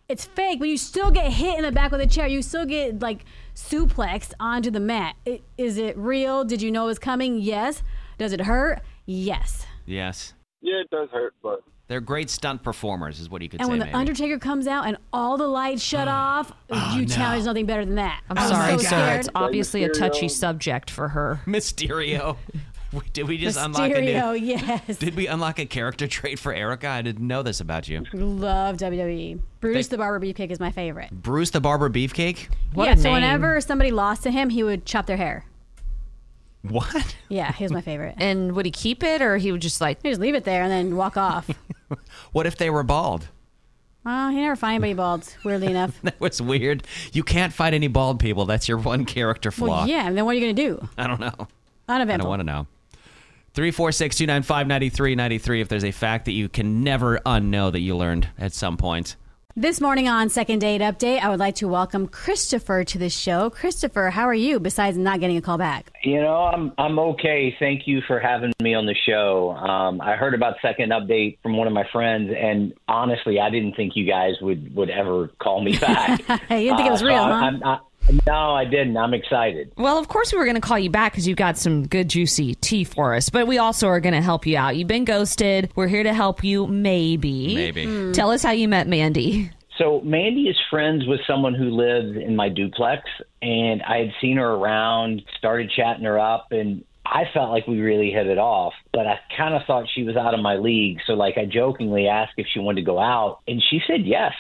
It's fake, but you still get hit in the back with a chair. You still get like suplexed onto the mat. I- Is it real? Did you know it was coming? Yes. Does it hurt? Yes.
Yes.
Yeah, it does hurt, but
they're great stunt performers, is what you could
and
say.
when the
maybe.
Undertaker comes out and all the lights shut off,
Ah,
you challenge nothing better than that.
I'm sorry,
God.
Sarah. It's
Like
obviously a touchy
Mysterio.
subject for her.
Mysterio. Did we just unlock a
Mysterio,
new?
yes.
Did we unlock a character trait for Erica? I didn't know this about you.
Love WWE. Bruce the Barber Beefcake is my favorite.
Bruce the Barber Beefcake.
yeah, so whenever somebody lost to him, he would chop their hair.
What?
Yeah, he was my favorite.
And would he keep it or he would just like
He'd just leave it there and then walk off?
What if they were bald?
Oh, he never find anybody bald, weirdly enough.
That was weird. You can't fight any bald people. That's your one character flaw.
Well, yeah, and then what are you going to do?
I don't know. I don't
Uneventful.
want to know. 346 295 9393 if there's a fact that you can never unknow that you learned at some point.
This morning on Second Date Update, I would like to welcome Christopher to the show. Christopher, how are you besides not getting a call back?
You know, I'm I'm okay. Thank you for having me on the show. Um, I heard about second update from one of my friends, and honestly, I didn't think you guys would would ever call me back.
you didn't think it
Uh,
was
so
real,
I-
huh?
I'm- I- no, I didn't. I'm excited.
Well, of course, we were going to call you back because you got some good, juicy tea for us, but we also are going to help you out. You've been ghosted. We're here to help you, maybe.
Maybe. Hmm.
Tell us how you met Mandy.
So Mandy is friends with someone who lives in my duplex, and I had seen her around, started chatting her up, and I felt like we really hit it off. But I kind of thought she was out of my league, so like I jokingly asked if she wanted to go out, and she said yes.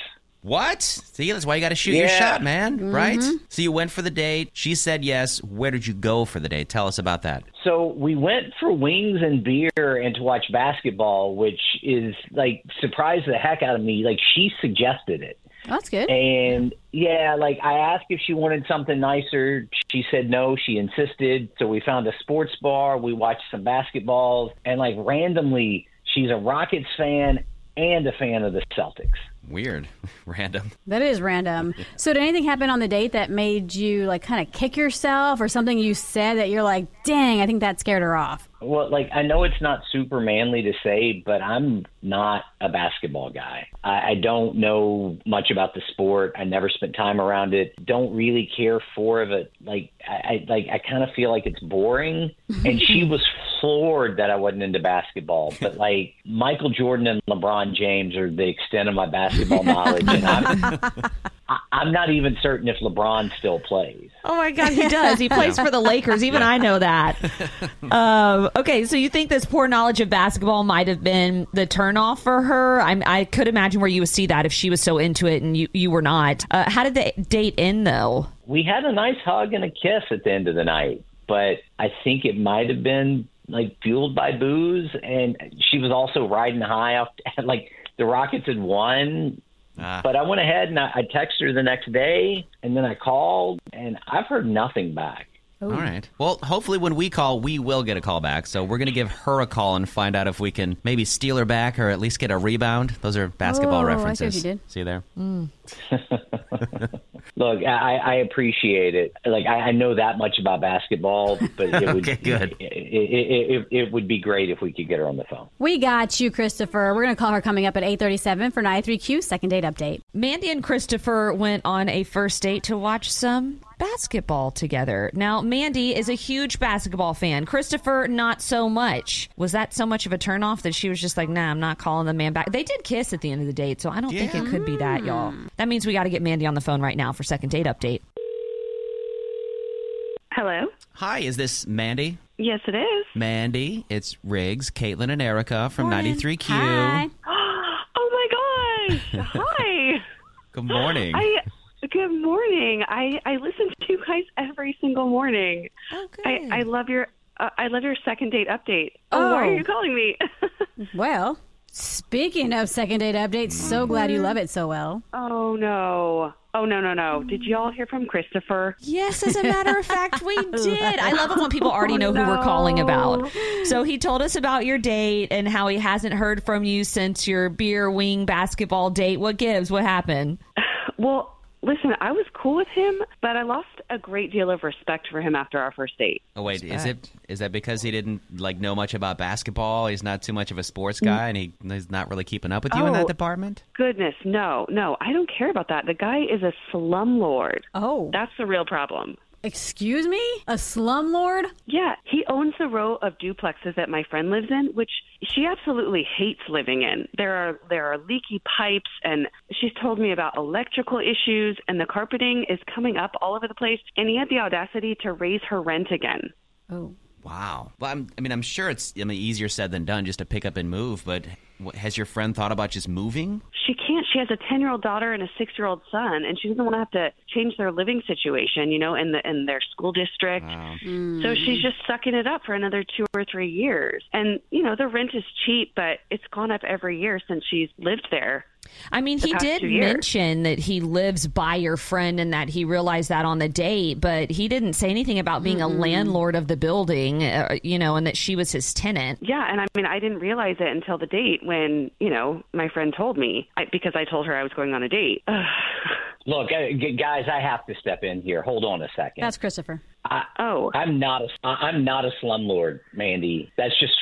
What? See, that's why you got to shoot your
Yeah.
shot, man.
Mm-hmm.
Right?
Mhm.
So you went for the date. She said yes. Where did you go for the date? Tell us about that.
So we went for wings and beer and to watch basketball, which is like surprised the heck out of me. Like she suggested it.
That's good.
And yeah, like I asked if she wanted something nicer. She said no. She insisted. So we found a sports bar. We watched some basketball. And like randomly, she's a Rockets fan and a fan of the Celtics.
Weird. Random.
That is random. So, did anything happen on the date that made you like kind of kick yourself, or something you said that you're like, "Dang, I think that scared her off."
Well, like I know it's not super manly to say, but I'm not a basketball guy. I, I don't know much about the sport. I never spent time around it. Don't really care for it. Like I, I like I kind of feel like it's boring. And she was floored that I wasn't into basketball. But like Michael Jordan and LeBron James are the extent of my basketball knowledge, and I'm I, I'm not even certain if LeBron still plays.
Oh my God, he does. He plays for the Lakers. Even I know that. Um, okay, so you think this poor knowledge of basketball might have been the turnoff for her? I'm, I could imagine where you would see that if she was so into it and you, you were not. Uh, how did the date end, though?
we had a nice hug and a kiss at the end of the night, but I think it might have been like fueled by booze, and she was also riding high off like the Rockets had won.
Ah.
But I went ahead and I, I texted her the next day, and then I called, and I've heard nothing back.
All right. Well, hopefully when we call, we will get a call back. So we're going to give her a call and find out if we can maybe steal her back or at least get a rebound. Those are basketball
Oh, I see what
references.
you did.
See you there.
Mm.
Look, I, I appreciate it. Like I, I know that much about basketball, but it would
Okay, good.
It, it, it, it would be great if we could get her on the phone.
We got you, Christopher. We're gonna call her coming up at 8:37 for 93Q second date update.
Mandy and Christopher went on a first date to watch some basketball together. Now, Mandy is a huge basketball fan. Christopher, not so much. Was that so much of a turnoff that she was just like, nah, I'm not calling the man back? They did kiss at the end of the date, so I don't think it could be that, y'all. That means we got to get Mandy on the phone right now for second date update.
Hello.
Hi, is this Mandy?
Yes, it is.
Mandy, it's Riggs, Caitlin, and Erica from 93Q.
oh my gosh. Hi.
Good morning.
I. Good morning. I I listen to you guys every single morning.
Oh,
I I love your uh, I love your second date update. why
Oh.
are you calling me?
Well, speaking of second date updates, so glad
Mm-hmm.
you love it so well.
oh no. Oh no no no. Did y'all hear from Christopher?
Yes, as a matter of fact, we did. I love it when people
Oh,
already know who we're calling about. So he told us about your date and how he hasn't heard from you since your beer wing basketball date. What gives? What happened?
Well, listen, I was cool with him, but I lost a great deal of respect for him after our first date.
Oh wait, is it is that because he didn't like know much about basketball? He's not too much of a sports guy, and he, he's not really keeping up with you in that
Oh,
department.
Goodness, no, no, I don't care about that. The guy is a slumlord.
Oh,
that's the real problem.
Excuse me? A slumlord?
Yeah, he owns the row of duplexes that my friend lives in, which she absolutely hates living in. There are there are leaky pipes, and she's told me about electrical issues, and the carpeting is coming up all over the place. And he had the audacity to raise her rent again.
Oh.
Wow. Well, I'm, I mean, I'm sure it's I mean, easier said than done just to pick up and move. But wh- has your friend thought about just moving?
She can't. She has a ten-year-old daughter and a six-year-old son, and she doesn't want to have to change their living situation, you know, in the in their school district. So she's just sucking it up for another two or three years. And you know, the rent is cheap, but it's gone up every year since she's lived there.
I mean,
The
he
past
did
two years.
mention that he lives by your friend and that he realized that on the date, but he didn't say anything about being
Mm-hmm.
a landlord of the building, uh, you know, and that she was his tenant.
Yeah, and I mean, I didn't realize it until the date when you know my friend told me I, because I told her I was going on a date. Ugh.
Look, I- g- guys, I have to step in here. Hold on a second.
That's Christopher.
I,
oh,
I'm not a I- I'm not a slumlord, Mandy. That's just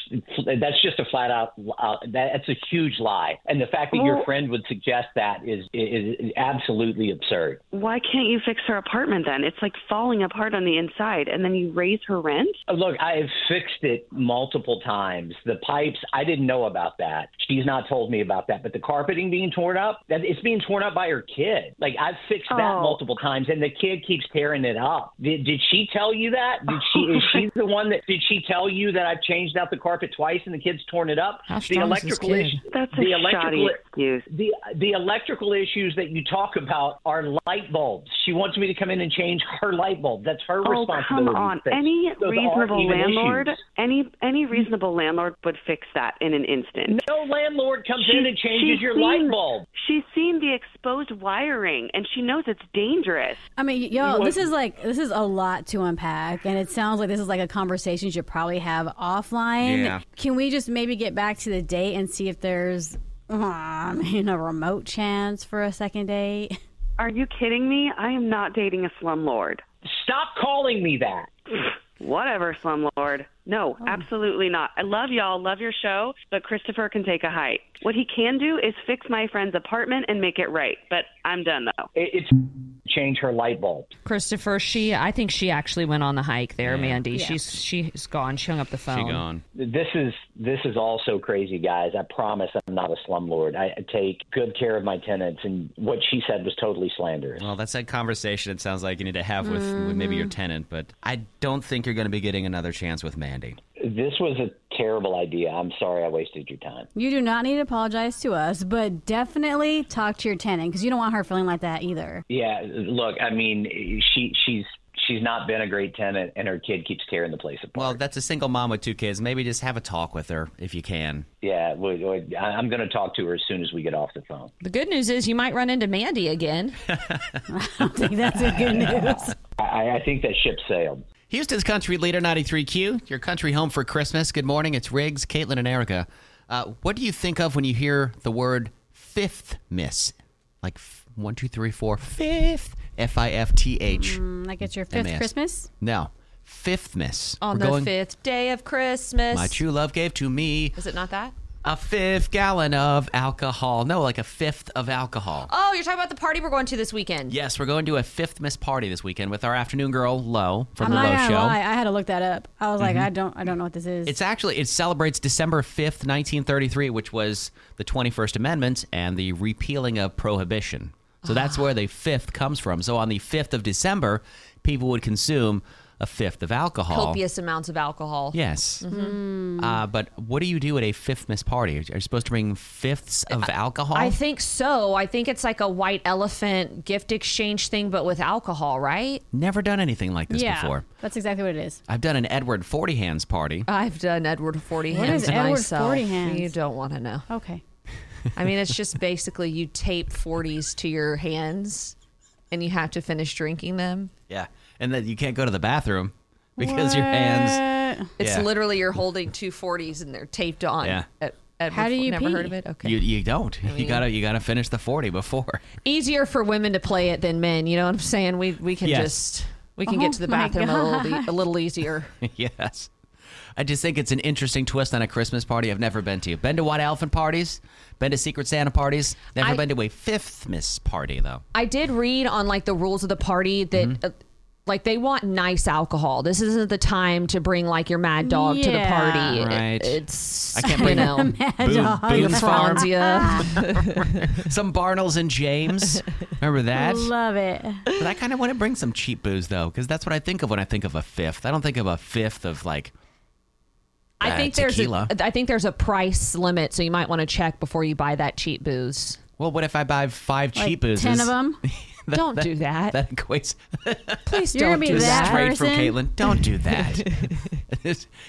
that's just a flat out uh, that's a huge lie. And the fact that your
Well-
friend would suggest that is is, is absolutely absurd.
Why can't you fix her apartment then? It's like falling apart on the inside, and then you raise her rent.
Uh, Look, I have fixed it multiple times. The pipes, I didn't know about that. She's not told me about that. But the carpeting being torn up, that it's being torn up by her kid. Like I've fixed that
Oh.
multiple times, and the kid keeps tearing it up. Did, did she tell you that? Did she
Oh.
is she the one that did she tell you that I've changed out the carpet twice and the kid's torn it up?
How
the
strong is this
electrical
kid?
issue.
That's a
the electrical
shoddy excuse.
The the electrical issues that you talk about are light bulbs. She wants me to come in and change her light bulb. That's her
Oh,
responsibility.
come on!
Those
Any
aren't
reasonable
even
landlord,
issues.
any any reasonable landlord would fix that in an instant.
No landlord comes
She-
in and changes
she's
your
seen-
light bulb.
She's seen the exposed wiring, and she knows it's dangerous.
I mean, yo,
What-
this is like this is a lot to unpack, and it sounds like this is like a conversation you should probably have offline.
Yeah.
Can we just maybe get back to the date and see if there's, uh, I mean, a remote chance for a second date?
Are you kidding me? I am not dating a slumlord.
Stop calling me that.
Whatever, slumlord. No,
Oh.
absolutely not. I love y'all, love your show, but Christopher can take a hike. What he can do is fix my friend's apartment and make it right. But I'm done though.
It's change her light bulb.
Christopher, she, I think she actually went on the hike there, Mandy.
Yeah.
She's, she's gone. She hung up the phone.
This is this is all so crazy, guys. I promise I'm not a slumlord. I I take good care of my tenants, and what she said was totally slanderous.
Well, that's that conversation it sounds like you need to have with, with maybe your tenant, but I don't think you're going to be getting another chance with Mandy.
This was a terrible idea. I'm sorry I wasted your time.
You do not need to apologize to us, but definitely talk to your tenant because you don't want her feeling like that either.
Yeah, look, I mean, she she's she's not been a great tenant, and her kid keeps tearing the place apart.
Well, that's a single mom with two kids. Maybe just have a talk with her if you can.
Yeah, we, we, I- I'm going to talk to her as soon as we get off the phone.
The good news is you might run into Mandy again.
That's a good news.
I, I think that ship sailed.
Houston's country leader 93Q, your country home for Christmas. Good morning. It's Riggs, Caitlin, and Erica. Uh, what do you think of when you hear the word fifth miss? Like f- one, two, three, four, fifth. F I F T H.
Mm, like it's your fifth
M-A-S.
Christmas.
No, fifth miss.
On
We're
the
going,
fifth day of Christmas.
My true love gave to me.
Is it not that?
a fifth gallon of alcohol. No, like a fifth of alcohol.
Oh, you're talking about the party we're going to this weekend.
Yes, we're going to a fifth miss party this weekend with our afternoon girl Lo from
I'm
the
not
Lo
gonna
Show.
lie. I had to look that up. I was like,
Mhm.
I don't, I don't know what this is.
It's actually it celebrates December 5th, 1933, which was the 21st Amendment and the repealing of prohibition. So that's
Ah.
where the 5th comes from. So on the 5th of December, people would consume a fifth of alcohol.
Copious amounts of alcohol.
Yes.
Mhm.
Uh, but what do you do at a fifth miss party? Are you supposed to bring fifths of alcohol?
I think so. I think it's like a white elephant gift exchange thing, but with alcohol, right?
Never done anything like this
Yeah.
before.
That's exactly what it is.
I've done an Edward Forty Hands party.
I've done Edward Forty
What
Hands
is Edward
myself.
40 Hands?
You don't want to know.
Okay.
I mean, it's just basically you tape forties to your hands, and you have to finish drinking them.
Yeah, and then you can't go to the bathroom because your hands.
It's
Yeah.
literally you're holding two 40s and they're taped on.
Yeah.
Ed- Edward
How do
Fo-
you
never heard
pee?
of it? Okay.
You, you don't. you
mean-
gotta you gotta finish the forty before.
Easier for women to play it than men. You know what I'm saying? We we can
Yes.
just we can
Oh
get to the
my
bathroom a little
gosh.
e- a little easier.
yes. I just think it's an interesting twist on a Christmas party I've never been to. Been to white elephant parties, been to secret Santa parties, never
I-
been to a fifth miss party though.
I did read on like the rules of the party that
Mm-hmm.
uh, like they want nice alcohol. This isn't the time to bring like your mad dog to the party.
Right.
it's
I can't
you
bring
know
Boone- Boone's Farm.
Franzia.
some Barnles and James. Remember that?
Love it.
But I kind of want to bring some cheap booze though, because that's what I think of when I think of a fifth. I don't think of a fifth of like.
I
uh,
think there's
tequila.
a, I think there's a price limit, so you might want to check before you buy that cheap booze.
Well, what if I buy five cheap boozes? That-
Don't do that.
That equates.
Please
You're
don't
gonna be
do
This is
that.
straight from Caitlin. Don't do that.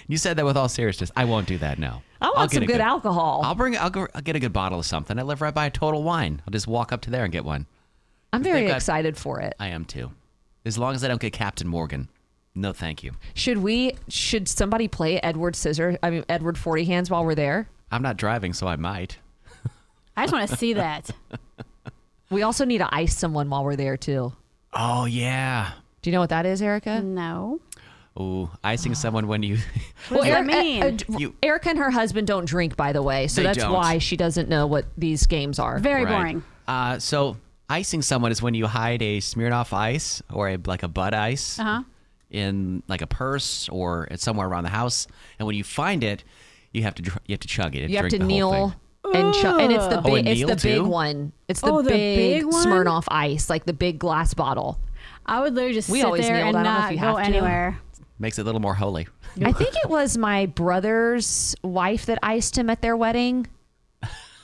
you said that with all seriousness. I won't do that. No.
I want
I'll get
some
a
good alcohol.
I'll bring. I'll, go, I'll get a good bottle of something. I live right by a Total Wine. I'll just walk up to there and get one.
I'm
They've
very
got-
excited for it.
I am too. As long as I don't get Captain Morgan. No, thank you.
Should we? Should somebody play Edward Scissor? I mean Edward Forty Hands while we're there.
I'm not driving, so I might.
I just want to see that.
We also need to ice someone while we're there too.
Oh yeah.
Do you know what that is, Erica?
No.
Ooh,
Ah.
icing someone when you.
What does that mean?
You-
Erica and her husband don't drink, by the way, so
They
that's
don't.
why she doesn't know what these games are.
Right. Uh, so icing someone is when you hide a Smirnoff Ice or a like a Bud Ice
Uh-huh.
in like a purse or it's somewhere around the house, and when you find it, you have to dr- you have to chug it. And
You have
drink
to
the whole
kneel
thing.
and chug, and it's the
Oh,
big,
and
it's
kneel
the big
too?
one. It's the,
Oh, the
big,
big one?
Smirnoff Ice, like the big glass bottle.
I would literally just
We
sit
always
there
kneel
and
down. I don't know if
not
you have
go
to.
anywhere.
Makes it a little more holy.
I think it was my brother's wife that iced him at their wedding.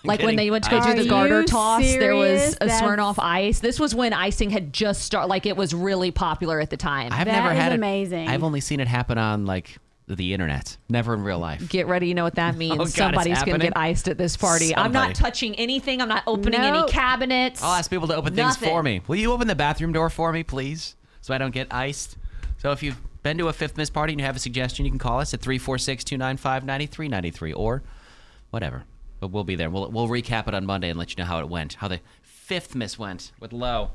Like when
Getting
they went to go
iced.
do the
Are
garter
you
toss, there was
serious?
a
That's-
Smirnoff Ice. This was when icing had just started. Like it was really popular at the time.
I've never had it. I've only seen it happen on like the internet, never in real life.
Get ready, you know what that means.
Oh, God, it's
Somebody's gonna
happening.
get iced at this party. I'm
Somebody.
not touching anything. I'm not opening
Nope.
any cabinets.
I'll ask people to open things
Nothing.
for me. Will you open the bathroom door for me, please? So I don't get iced. So if you've been to a fifth miss party and you have a suggestion, you can call us at 346 295 9393 or whatever. But we'll be there. We'll, we'll recap it on Monday and let you know how it went, how the fifth miss went with Low.